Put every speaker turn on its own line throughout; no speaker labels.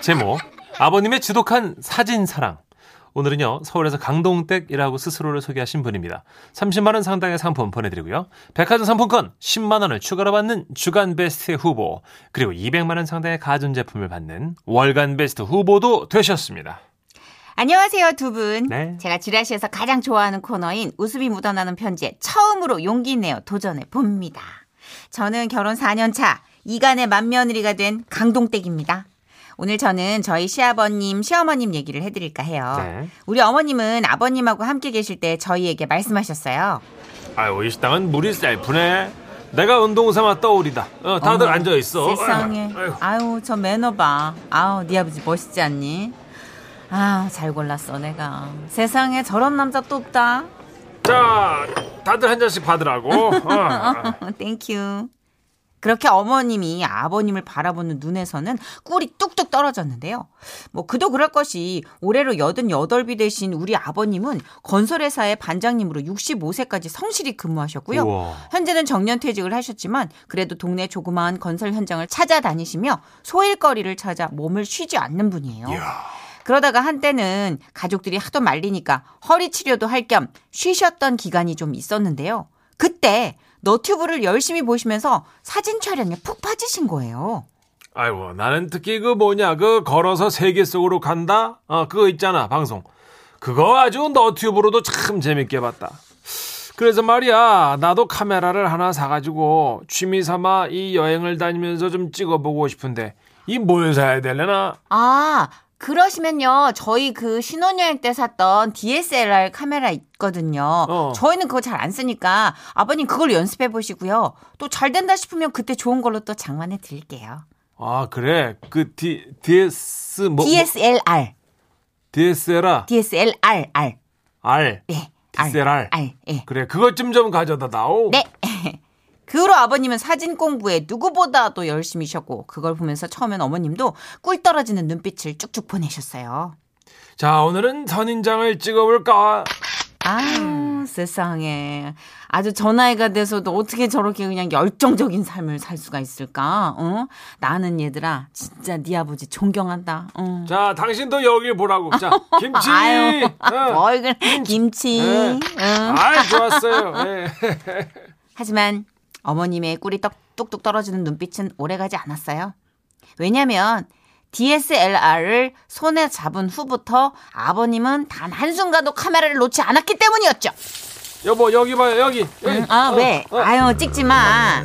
제목 아버님의 지독한 사진 사랑. 오늘은요 서울에서 강동댁이라고 스스로를 소개하신 분입니다. 30만 원 상당의 상품 보내드리고요. 백화점 상품권 10만 원을 추가로 받는 주간 베스트 후보 그리고 200만 원 상당의 가전 제품을 받는 월간 베스트 후보도 되셨습니다.
안녕하세요 두 분.
네.
제가 지라시에서 가장 좋아하는 코너인 웃음이 묻어나는 편지에 처음으로 용기 내어 도전해 봅니다. 저는 결혼 4년 차 이간의 맏며느리가 된 강동댁입니다. 오늘 저는 저희 시아버님, 시어머님 얘기를 해드릴까 해요.
네.
우리 어머님은 아버님하고 함께 계실 때 저희에게 말씀하셨어요.
아유 이 식당은 물이 셀프네. 내가 운동 삼아 떠오리다. 어, 다들
어머,
앉아 있어.
세상에.
아유,
아유, 저 매너 봐. 아우, 네 아버지 멋있지 않니? 아, 잘 골랐어, 내가. 세상에 저런 남자 또 없다.
자 다들 한 잔씩 받으라고. 어.
땡큐. 그렇게 어머님이 아버님을 바라보는 눈에서는 꿀이 뚝뚝 떨어졌는데요. 뭐 그도 그럴 것이 올해로 88이 되신 우리 아버님은 건설회사의 반장님으로 65세까지 성실히 근무하셨고요.
우와.
현재는 정년퇴직을 하셨지만 그래도 동네 조그마한 건설 현장을 찾아다니시며 소일거리를 찾아 몸을 쉬지 않는 분이에요.
예.
그러다가 한때는 가족들이 하도 말리니까 허리 치료도 할 겸 쉬셨던 기간이 좀 있었는데요. 그때 너튜브를 열심히 보시면서 사진 촬영에 푹 빠지신 거예요.
아이고 나는 특히 그 뭐냐 그 걸어서 세계 속으로 간다 어 그거 있잖아 방송 그거 아주 너튜브로도 참 재밌게 봤다 그래서 말이야 나도 카메라를 하나 사가지고 취미 삼아 이 여행을 다니면서 좀 찍어보고 싶은데 이 뭘 사야 되려나
아, 그러시면요. 저희 그 신혼여행 때 샀던 DSLR 카메라 있거든요.
어.
저희는 그거 잘 안 쓰니까 아버님 그걸 연습해 보시고요. 또 잘 된다 싶으면 그때 좋은 걸로 또 장만해 드릴게요.
아 그래 그 D DS 뭐
DSLR.
DSLR
DSLR. R.
R
네.
DSLR.
R. 예.
그래 그것 좀 좀 가져다 다오
네. 그 후로 아버님은 사진 공부에 누구보다도 열심히셨고 그걸 보면서 처음엔 어머님도 꿀 떨어지는 눈빛을 쭉쭉 보내셨어요.
자 오늘은 선인장을 찍어볼까
아 세상에 아주 저 나이가 돼서도 어떻게 저렇게 그냥 열정적인 삶을 살 수가 있을까? 어? 나는 얘들아 진짜 네 아버지 존경한다. 어.
자, 당신도 여기 보라고. 자, 김치.
아유
어.
뭘 그래 김치.
예.
응.
아, 좋았어요. 예.
하지만 어머님의 꿀이 떡, 뚝뚝 떨어지는 눈빛은 오래가지 않았어요. 왜냐면 DSLR을 손에 잡은 후부터 아버님은 단 한순간도 카메라를 놓지 않았기 때문이었죠.
여보, 여기 봐요. 여기. 여기.
아, 왜?
어, 어.
아유, 찍지 마.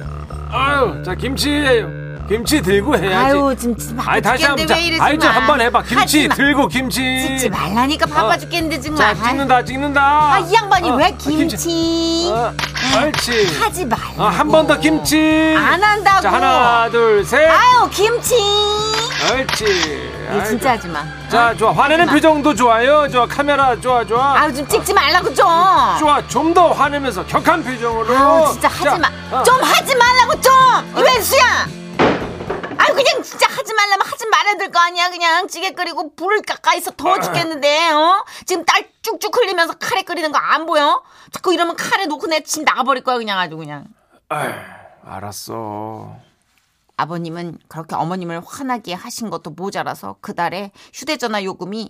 아유, 자, 김치예요. 김치 들고 해야지.
아유, 지금 진짜 바빠
아이, 다시 한 번.
죽겠는데
자,
왜 이러지
아이,
마.
좀한번 해봐. 김치
하지 마.
들고 김치.
찍지 말라니까 바빠
어.
죽겠는데 지금.
자, 찍는다, 찍는다.
아, 이 양반이
어,
왜
어,
김치?
어, 옳지.
하지 말라고.
어, 한 번 더 김치.
안 한다고.
자, 하나, 둘, 셋.
아유, 김치.
옳지.
이거
아이고.
진짜 하지 마.
자, 좋아. 화내는 표정도 좋아요. 좋아. 카메라 좋아, 좋아.
아유, 좀 찍지 말라고 좀.
좋아 좀 더 화내면서 격한 표정으로
아우 진짜 하지
자,
마.
어.
좀 하지 말라고 좀. 이wen수야. 아유 그냥 진짜 하지 말라면 하지 말아야 될 거 아니야. 그냥 찌개 끓이고 불을 가까이서 더워 죽겠는데 어? 지금 딸 쭉쭉 흘리면서 카레 끓이는 거 안 보여? 자꾸 이러면 카레 놓고 내 침 나가버릴 거야 그냥 아주 그냥.
알았어
아버님은 그렇게 어머님을 화나게 하신 것도 모자라서 그 달에 휴대전화 요금이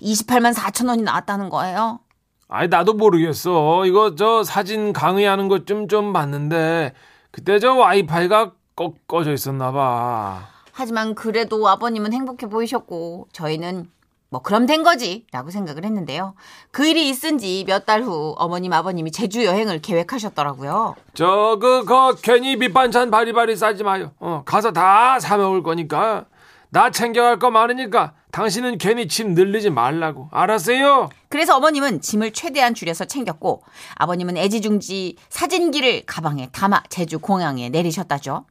28만 4천 원이 나왔다는 거예요.
아니 나도 모르겠어 이거 저 사진 강의하는 것 좀 좀 봤는데 그때 저 와이파이가 꺼, 꺼져 있었나 봐
하지만 그래도 아버님은 행복해 보이셨고 저희는 뭐 그럼 된 거지라고 생각을 했는데요. 그 일이 있은 지 몇 달 후 어머님 아버님이 제주 여행을 계획하셨더라고요.
저그 거 괜히 밑반찬 바리바리 싸지 마요 어, 가서 다 사 먹을 거니까 나 챙겨갈 거 많으니까 당신은 괜히 짐 늘리지 말라고 알았어요?
그래서 어머님은 짐을 최대한 줄여서 챙겼고 아버님은 애지중지 사진기를 가방에 담아 제주 공항에 내리셨다죠.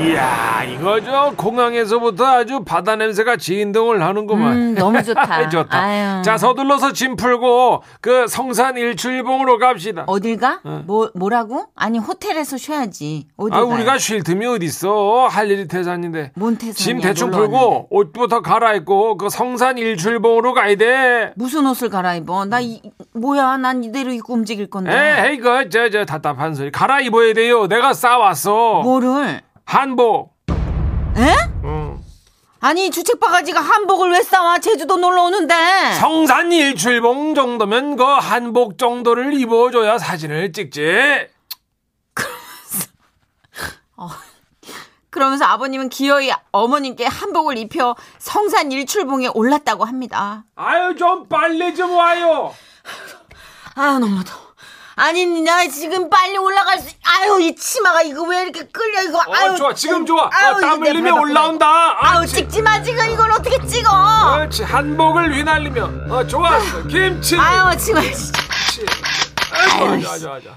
이야 이거 저 공항에서부터 아주 바다 냄새가 진동을 하는구만
음, 너무 좋다.
아이, 좋다.
아유.
자, 서둘러서 짐 풀고 그 성산 일출봉으로 갑시다.
어딜 가? 뭐 뭐라고? 아니 호텔에서 쉬어야지. 어디
아,
가?
우리가 쉴 틈이 어디 있어? 할 일이 태산인데.
뭔 태산이야,
짐 대충
놀러 왔는데.
풀고 옷부터 갈아입고 그 성산 일출봉으로 가야 돼.
무슨 옷을 갈아입어? 나 이, 뭐야? 난 이대로 입고 움직일 건데.
에이, 그 저 저 답답한 소리. 갈아입어야 돼요. 내가 싸왔어.
뭐를?
한복.
뭐? 에?
응.
아니 주책 바가지가 한복을 왜 싸와 제주도 놀러 오는데
성산 일출봉 정도면 그 한복 정도를 입어줘야 사진을 찍지.
그러면서 아버님은 기어이 어머님께 한복을 입혀 성산 일출봉에 올랐다고 합니다
아유 좀 빨리 좀 와요.
아유 너무 더워 아니 나 지금 빨리 올라갈 수 아유 이 치마가 이거 왜 이렇게 끌려 이거
어
아유 음,
좋아 지금 좋아. 어,
아유,
땀
이거 내
흘리며
발바닥
올라온다.
아유
그렇지.
찍지 마 지금 이걸 어떻게 찍어
그렇지 한복을 휘날리며. 어 좋았어 김치.
아유 지금
김치. 아이고, 좋아 좋아 좋아.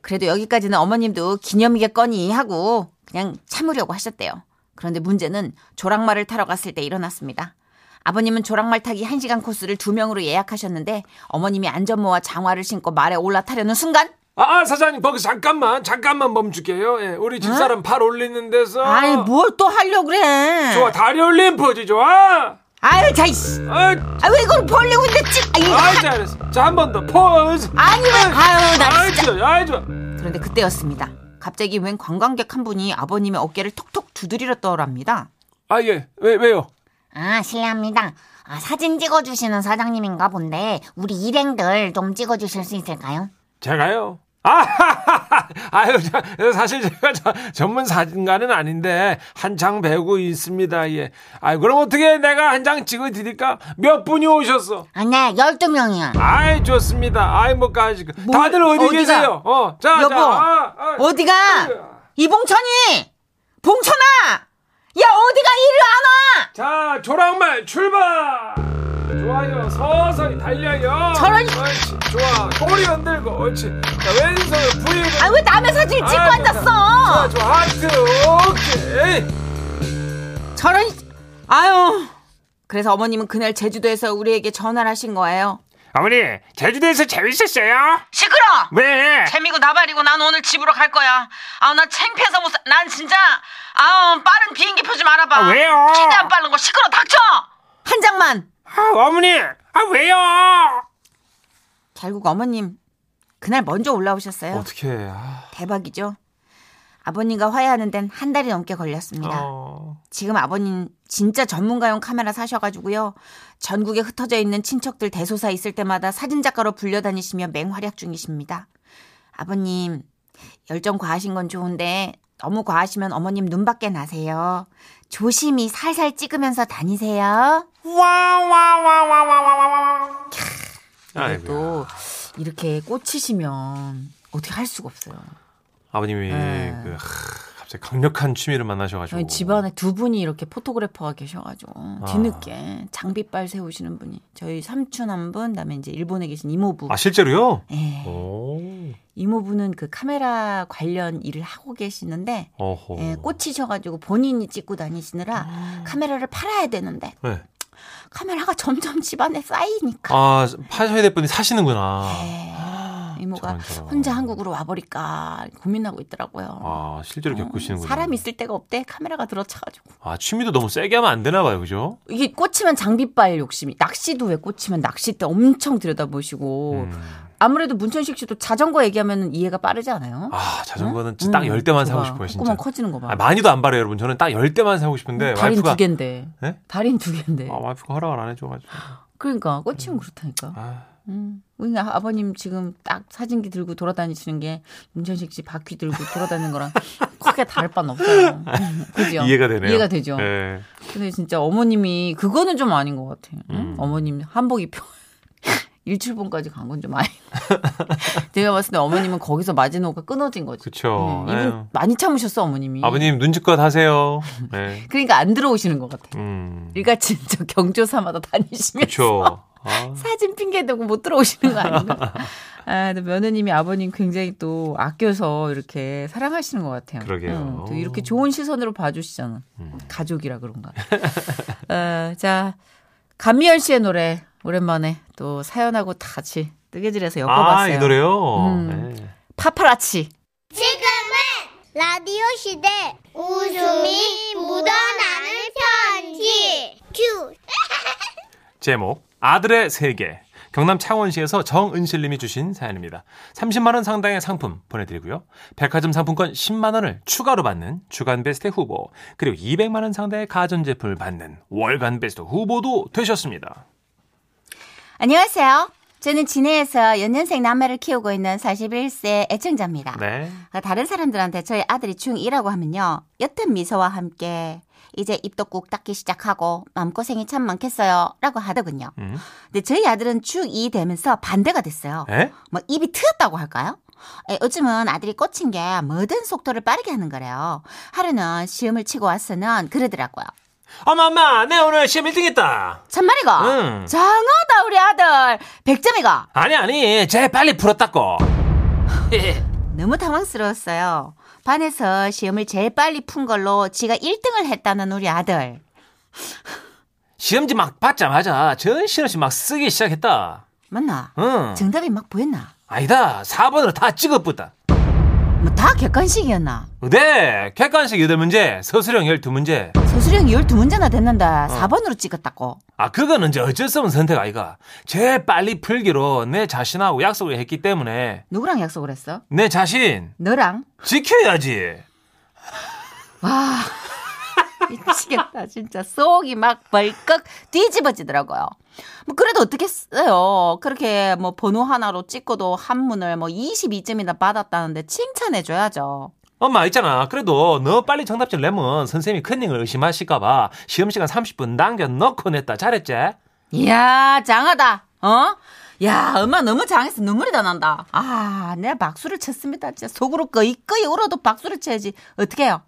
그래도 여기까지는 어머님도 기념이게 꺼니 하고 그냥 참으려고 하셨대요. 그런데 문제는 조랑말을 타러 갔을 때 일어났습니다. 아버님은 조랑말 타기 1시간 코스를 두명으로 예약하셨는데 어머님이 안전모와 장화를 신고 말에 올라타려는 순간
아, 아, 사장님 거기 잠깐만 잠깐만 멈출게요. 예, 우리 집사람 팔 올리는 데서.
아이 뭘 또 하려고 그래.
좋아 다리 올린 포즈 좋아.
아유 자이씨.
아,
아왜 이걸 벌리고 있는데 찍. 아, 이거
아
하-
잘했어. 자 한 번 더 포즈.
아니 왜 아유 나
아이
진짜.
좋아 아이 좋아.
그런데 그때였습니다. 갑자기 웬 관광객 한 분이 아버님의 어깨를 톡톡 두드리렸더랍니다.
아 예. 왜 왜요?
아, 실례합니다. 아, 사진 찍어주시는 사장님인가 본데, 우리 일행들 좀 찍어주실 수 있을까요?
제가요. 아, 아유, 저, 사실 제가 저, 전문 사진가는 아닌데 한창 배우고 있습니다. 예. 아유, 그럼 어떻게 내가 한 장 찍어 드릴까? 몇 분이 오셨어?
아, 네, 12명이요.
아이 좋습니다. 아이 뭐 가지. 다들 어디
어디가?
계세요? 어, 자,
여보,
자, 아, 아.
어디가? 이봉천이! 봉천아! 야, 어디가 이리 안 와!
자, 조랑말 출발. 좋아요. 서서히 달려요.
저런-
옳지. 좋아. 꼬리 흔들고. 옳지. 자, 왼손 부위를.
아, 왜 남의 사진을 찍고
아, 좋다.
앉았어!
좋아, 좋아. 하트. 오케이.
저런, 아유. 그래서 어머님은 그날 제주도에서 우리에게 전화를 하신 거예요.
어머니 제주도에서 재밌었어요?
시끄러!
왜?
재미고 나발이고 난 오늘 집으로 갈 거야. 아우, 난 창피해서 못 사. 난 진짜, 아우, 빠른 비행기 표 좀 알아봐.
아, 왜요?
최대한 빠른 거 시끄러 닥쳐! 한 장만!
아, 어머니 아 왜요?
결국 어머님, 그날 먼저 올라오셨어요.
어떻게? 아,
대박이죠. 아버님과 화해하는 데는 한 달이 넘게 걸렸습니다.
어.
지금 아버님 진짜 전문가용 카메라 사셔가지고요. 전국에 흩어져 있는 친척들 대소사 있을 때마다 사진작가로 불려다니시며 맹활약 중이십니다. 아버님, 열정 과하신 건 좋은데 너무 과하시면 어머님 눈밖에 나세요. 조심히 살살 찍으면서 다니세요.
와와와와와와와. 아이고
또 이렇게 꽂히시면 어떻게 할 수가 없어요.
아버님이
네.
그 하, 갑자기 강력한 취미를 만나셔가지고
저희 집안에 두 분이 이렇게 포토그래퍼가
아.
계셔가지고 뒤늦게 장비빨 세우시는 분이 저희 삼촌 한 분, 그다음에 이제 일본에 계신 이모부.
아 어. 실제로요?
예.
오.
이모부는 그 카메라 관련 일을 하고 계시는데
어허. 아.
예, 꽂히셔가지고 본인이 찍고 다니시느라 카메라를 팔아야 되는데
네.
카메라가 점점 집안에 쌓이니까
아 파셔야 될 분이 사시는구나.
예. 이모가
저런, 저런.
혼자 한국으로 와버릴까 고민하고 있더라고요. 어,
아 실제로 겪으시는구나.
사람 있을 데가 없대 카메라가 들어차가지고.
아 취미도 너무 세게 하면 안 되나 봐요, 그죠?
이게 꽂히면 장비빨 욕심이 낚시도 왜 꽂히면 낚싯대 엄청 들여다보시고
음.
아무래도 문천식 씨도 자전거 얘기하면 이해가 빠르지 않아요?
아 자전거는 진짜 딱 열 대만 사고
음. 봐봐.
싶어요, 진짜.
조금만 커지는 거 봐.
아, 많이도 안 바래요, 여러분. 저는 딱 열대만 사고 싶은데
발인
와이프가
두 개인데.
네?
발인 두 개인데.
아, 와이프가 허락을 안 해줘가지고.
그러니까 꽂히면 그렇다니까.
아,
음. 우리 아- 아버님 지금 딱 사진기 들고 돌아다니시는 게 문천식 씨 바퀴 들고 돌아다니는 거랑 크게 다를 바는 없잖아요. 그죠?
이해가 되네요.
이해가 되죠.
예.
근데 진짜 어머님이 그거는 좀 아닌 것 같아요.
음.
응? 어머님 한복 입혀 일출봉까지 간 건 좀 아닌. 것 같아요. 제가 봤을 때 어머님은 거기서 마지노가 끊어진 거지.
그쵸.
네, 이분
에휴.
많이 참으셨어 어머님이.
아버님 눈치껏 하세요. 예.
그러니까 안 들어오시는 것 같아. 요
음.
일가 진짜 경조사마다 다니시면
그쵸. 아,
사진 핑계 대고 못 들어오시는 거 아닌가? 아, 근데 며느님이 아버님 굉장히 또 아껴서 이렇게 사랑하시는 것 같아요.
그러게요. 음.
응, 또 이렇게 좋은 시선으로 봐주시잖아. 가족이라 그런가. 어, 자, 감미연 씨의 노래 오랜만에 또 사연하고 다 같이 뜨개질해서
아, 이
엮어봤어요.
노래요?
음.
예.
파파라치.
라디오 시대 웃음이 묻어나는 편지 큐
제목, 아들의 세계. 경남 창원시에서 정은실님이 주신 사연입니다. 30만 원 상당의 상품 보내드리고요. 백화점 상품권 10만 원을 추가로 받는 주간 베스트 후보 그리고 200만 원 상당의 가전제품을 받는 월간 베스트 후보도 되셨습니다.
안녕하세요. 저는 진해에서 연년생 남매를 키우고 있는 41세 애청자입니다. 아,
네.
다른 사람들한테 저희 아들이 중2라고 하면요. 옅은 미소와 함께 이제 입도 꾹 닦기 시작하고 마음고생이 참 많겠어요. 라고 하더군요.
음.
근데 저희 아들은 중2 되면서 반대가 됐어요.
에?
뭐 입이 트였다고 할까요? 에, 요즘은 아들이 꽂힌 게 뭐든 속도를 빠르게 하는 거래요. 하루는 시험을 치고 왔으면 그러더라고요.
엄마 엄마 내 오늘 시험 1등했다.
참말이고
응.
장하다 우리 아들 100점이고
아니 아니 쟤 빨리 풀었다고.
너무 당황스러웠어요. 반에서 시험을 제일 빨리 푼 걸로 어, 지가 1등을 했다는 우리 아들.
시험지 막 받자마자 전신없이 막 쓰기 시작했다.
맞나?
응.
정답이 막 보였나?
아니다. 4번으로 다 찍어뿌다.
뭐 다 객관식이었나?
네. 객관식 8문제, 서술형 12문제.
서술형이 12문제나 됐는데
어.
4번으로 찍었다고.
아, 그거는 이제 어쩔 수 없는 선택 아이가. 제일 빨리 풀기로 내 자신하고 약속을 했기 때문에
누구랑 약속을 했어?
내 자신
너랑?
지켜야지.
와. 미치겠다 진짜 속이 막 벌컥 뒤집어지더라고요. 뭐 그래도 어떻겠어요. 그렇게 뭐 번호 하나로 찍고도 한문을 뭐 22점이나 받았다는데 칭찬해 줘야죠.
엄마 있잖아. 그래도 너 빨리 정답지 내면 선생님이 큰일을 의심하실까봐 시험 시간 30분 남겨 넣고 냈다. 잘했지?
이야, 장하다. 어? 야, 엄마 너무 장해서 눈물이 다 난다. 아, 내가 박수를 쳤습니다. 진짜 속으로 거이거이 울어도 박수를 쳐야지. 어떡해요?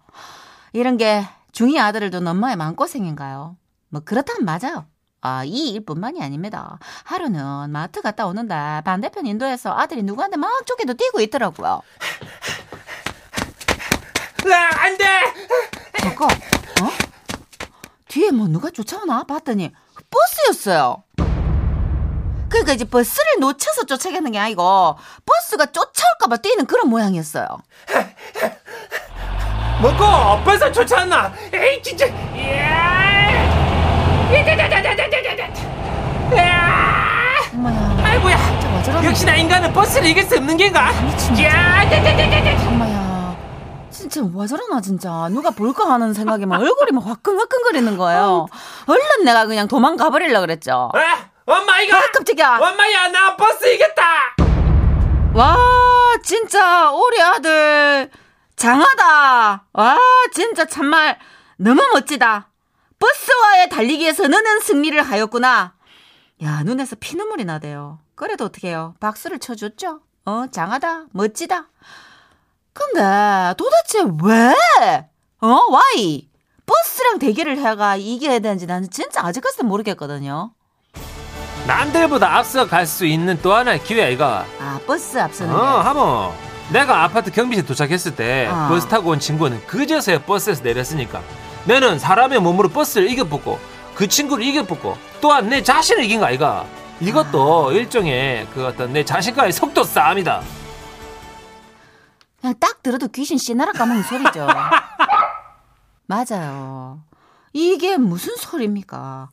이런 게 중2 아들을 둔 엄마의 마음고생인가요? 뭐, 그렇다면 맞아요. 아, 이 일뿐만이 아닙니다. 하루는 마트 갔다 오는데 반대편 인도에서 아들이 누구한테 막 쪼개도 뛰고 있더라고요.
으아, 안 돼!
잠깐, 어? 뒤에 뭐 누가 쫓아오나 봤더니 버스였어요. 그러니까 이제 버스를 놓쳐서 쫓아가는 게 아니고 버스가 쫓아올까봐 뛰는 그런 모양이었어요.
먹고 벌써 쫓아왔나? 에이, 진짜. 이야!
엄마야,
아이고야.
진짜 왜뭐 저러는
역시나 인간은 버스를 이길 수 없는 게인가? 야,
거야, 엄마야. 진짜 왜 저러나 진짜 누가 볼까 하는 생각에 막 얼굴이 막 화끈화끈거리는
어.
거예요. 얼른 내가 그냥 도망가 버리려 그랬죠.
아, 엄마 이거.
아 깜짝이야.
엄마야, 나 버스 이겼다.
와 진짜 우리 아들 장하다 와 진짜 참말 너무 멋지다 버스와의 달리기에서 너는 승리를 하였구나 야 눈에서 피눈물이 나대요 그래도 어떡해요 박수를 쳐줬죠 어 장하다 멋지다 근데 도대체 왜어 와이 버스랑 대결을 해가 이겨야 되는지 나는 진짜 아직까지도 모르겠거든요
남들보다 앞서갈 수 있는 또 하나의 기회야 이거.
아 버스
어,
앞서는 게.
하모. 내가 아파트 경비실 도착했을 때
어.
버스 타고 온 친구는 그제서야 버스에서 내렸으니까 나는 사람의 몸으로 버스를 이겨보고 그 친구를 이겨보고 또한 내 자신을 이긴 거 아이가. 이것도 일종의 그 어떤 내 자신과의 속도 싸움이다.
그냥 딱 들어도 귀신 씨나라 까먹는 소리죠. 맞아요. 이게 무슨 소리입니까?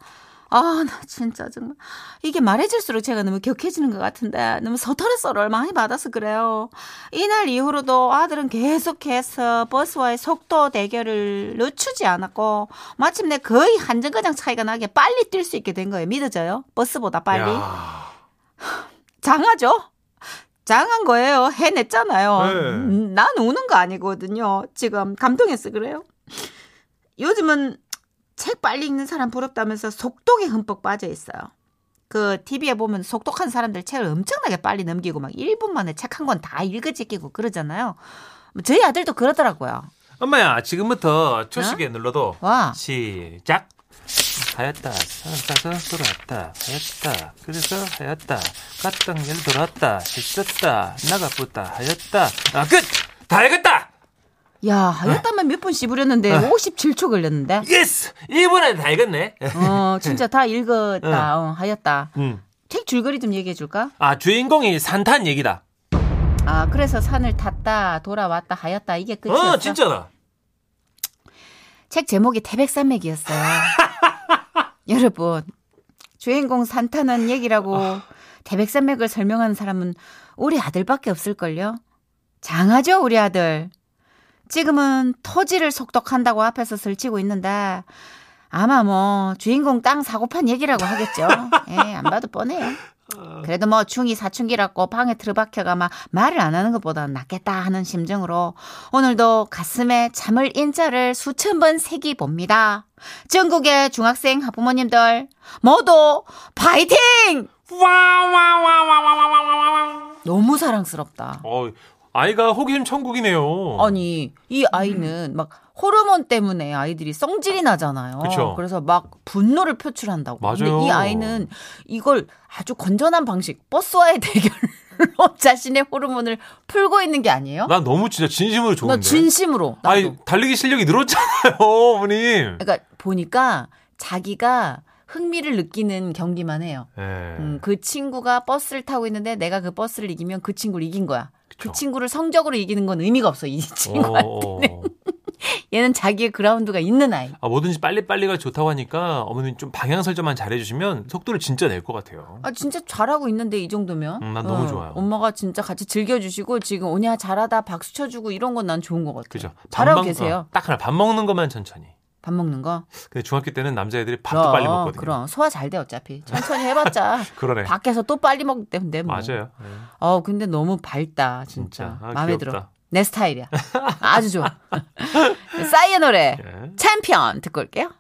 아, 나 진짜 정말. 이게 말해질수록 제가 너무 격해지는 것 같은데, 너무 서터레서를 많이 받아서 그래요. 이날 이후로도 아들은 계속해서 버스와의 속도 대결을 늦추지 않았고, 마침내 거의 한 정거장 차이가 나게 빨리 뛸 수 있게 된 거예요. 믿어져요? 버스보다 빨리.
야.
장하죠? 장한 거예요. 해냈잖아요.
네.
음, 난 우는 거 아니거든요. 지금 감동했어 그래요. 요즘은 책 빨리 읽는 사람 부럽다면서 속독에 흠뻑 빠져 있어요. 그 TV에 보면 속독한 사람들 책을 엄청나게 빨리 넘기고 막 1분 만에 책 한 권 다 읽어지키고 그러잖아요. 뭐 저희 아들도 그러더라고요.
엄마야 지금부터
어?
초식에 눌러도
와.
시작 하였다 산타서 돌아왔다 하였다 그래서 하였다 갔던 길 돌아왔다 했었다 나가보다 하였다 아끝다 해겠다
야, 하였다면 몇 분 씹으렸는데 57초 걸렸는데.
예스 이번엔 다 해겠네
어, 진짜 다 읽었다. 어, 하였다.
음.
책 줄거리 좀 얘기해 줄까?
아 주인공이 산탄 얘기다
아, 그래서 산을 탔다, 돌아왔다, 하였다. 이게 끝이었어.
어 진짜다
책 제목이 태백산맥이었어요. 여러분, 주인공 산타는 얘기라고 대백산맥을 설명하는 사람은 우리 아들밖에 없을걸요. 장하죠, 우리 아들. 지금은 토지를 속독한다고 앞에서 설치고 있는데 아마 뭐 주인공 땅 사고판 얘기라고 하겠죠. 예, 안 봐도 뻔해요. 그래도 뭐 중이 사춘기라고 방에 들어박혀가 막 말을 안 하는 것보다 낫겠다 하는 심정으로 오늘도 가슴에 잠을 인자를 수천 번 새기 봅니다. 전국의 중학생 학부모님들 모두 파이팅! 너무 사랑스럽다.
어, 아이가 호기심 천국이네요.
아니 이 아이는 막 호르몬 때문에 아이들이 성질이 나잖아요.
그쵸.
래서막 분노를 표출한다고. 근데
맞아요.
이 아이는 이걸 아주 건전한 방식 버스와의 대결로 자신의 호르몬을 풀고 있는 게 아니에요?
난 너무 진짜 진심으로 좋은데.
나 진심으로. 나도.
아니 달리기 실력이 늘었잖아요, 어머님.
그러니까 보니까 자기가 흥미를 느끼는 경기만 해요.
예.
음, 그 친구가 버스를 타고 있는데 내가 그 버스를 이기면 그 친구를 이긴 거야. 그
그쵸.
친구를 성적으로 이기는 건 의미가 없어. 이 친구.
어, 어.
얘는 자기의 그라운드가 있는 아이.
아, 뭐든지 빨리빨리가 좋다고 하니까 어머님 좀 방향 설정만 잘해주시면 속도를 진짜 낼 것 같아요.
아 진짜 잘하고 있는데 이 정도면.
음, 난 너무
어,
좋아요.
엄마가 진짜 같이 즐겨주시고 지금 오냐 잘하다 박수 쳐주고 이런 건 난 좋은 것 같아요.
그죠? 밥
잘하고
먹-
계세요.
어, 딱 하나 밥 먹는 것만 천천히.
밥 먹는 거.
근데 중학교 때는 남자애들이 밥도 빨리
그럼,
먹거든요.
그럼 소화 잘 돼 어차피 천천히 해봤자
그러네.
밖에서 또 빨리 먹기 때문에 뭐.
맞아요. 예.
어 근데 너무 밝다 진짜,
진짜. 아,
마음에
귀엽다.
들어 내 스타일이야 아주 좋아 싸이의 노래
예.
챔피언 듣고 올게요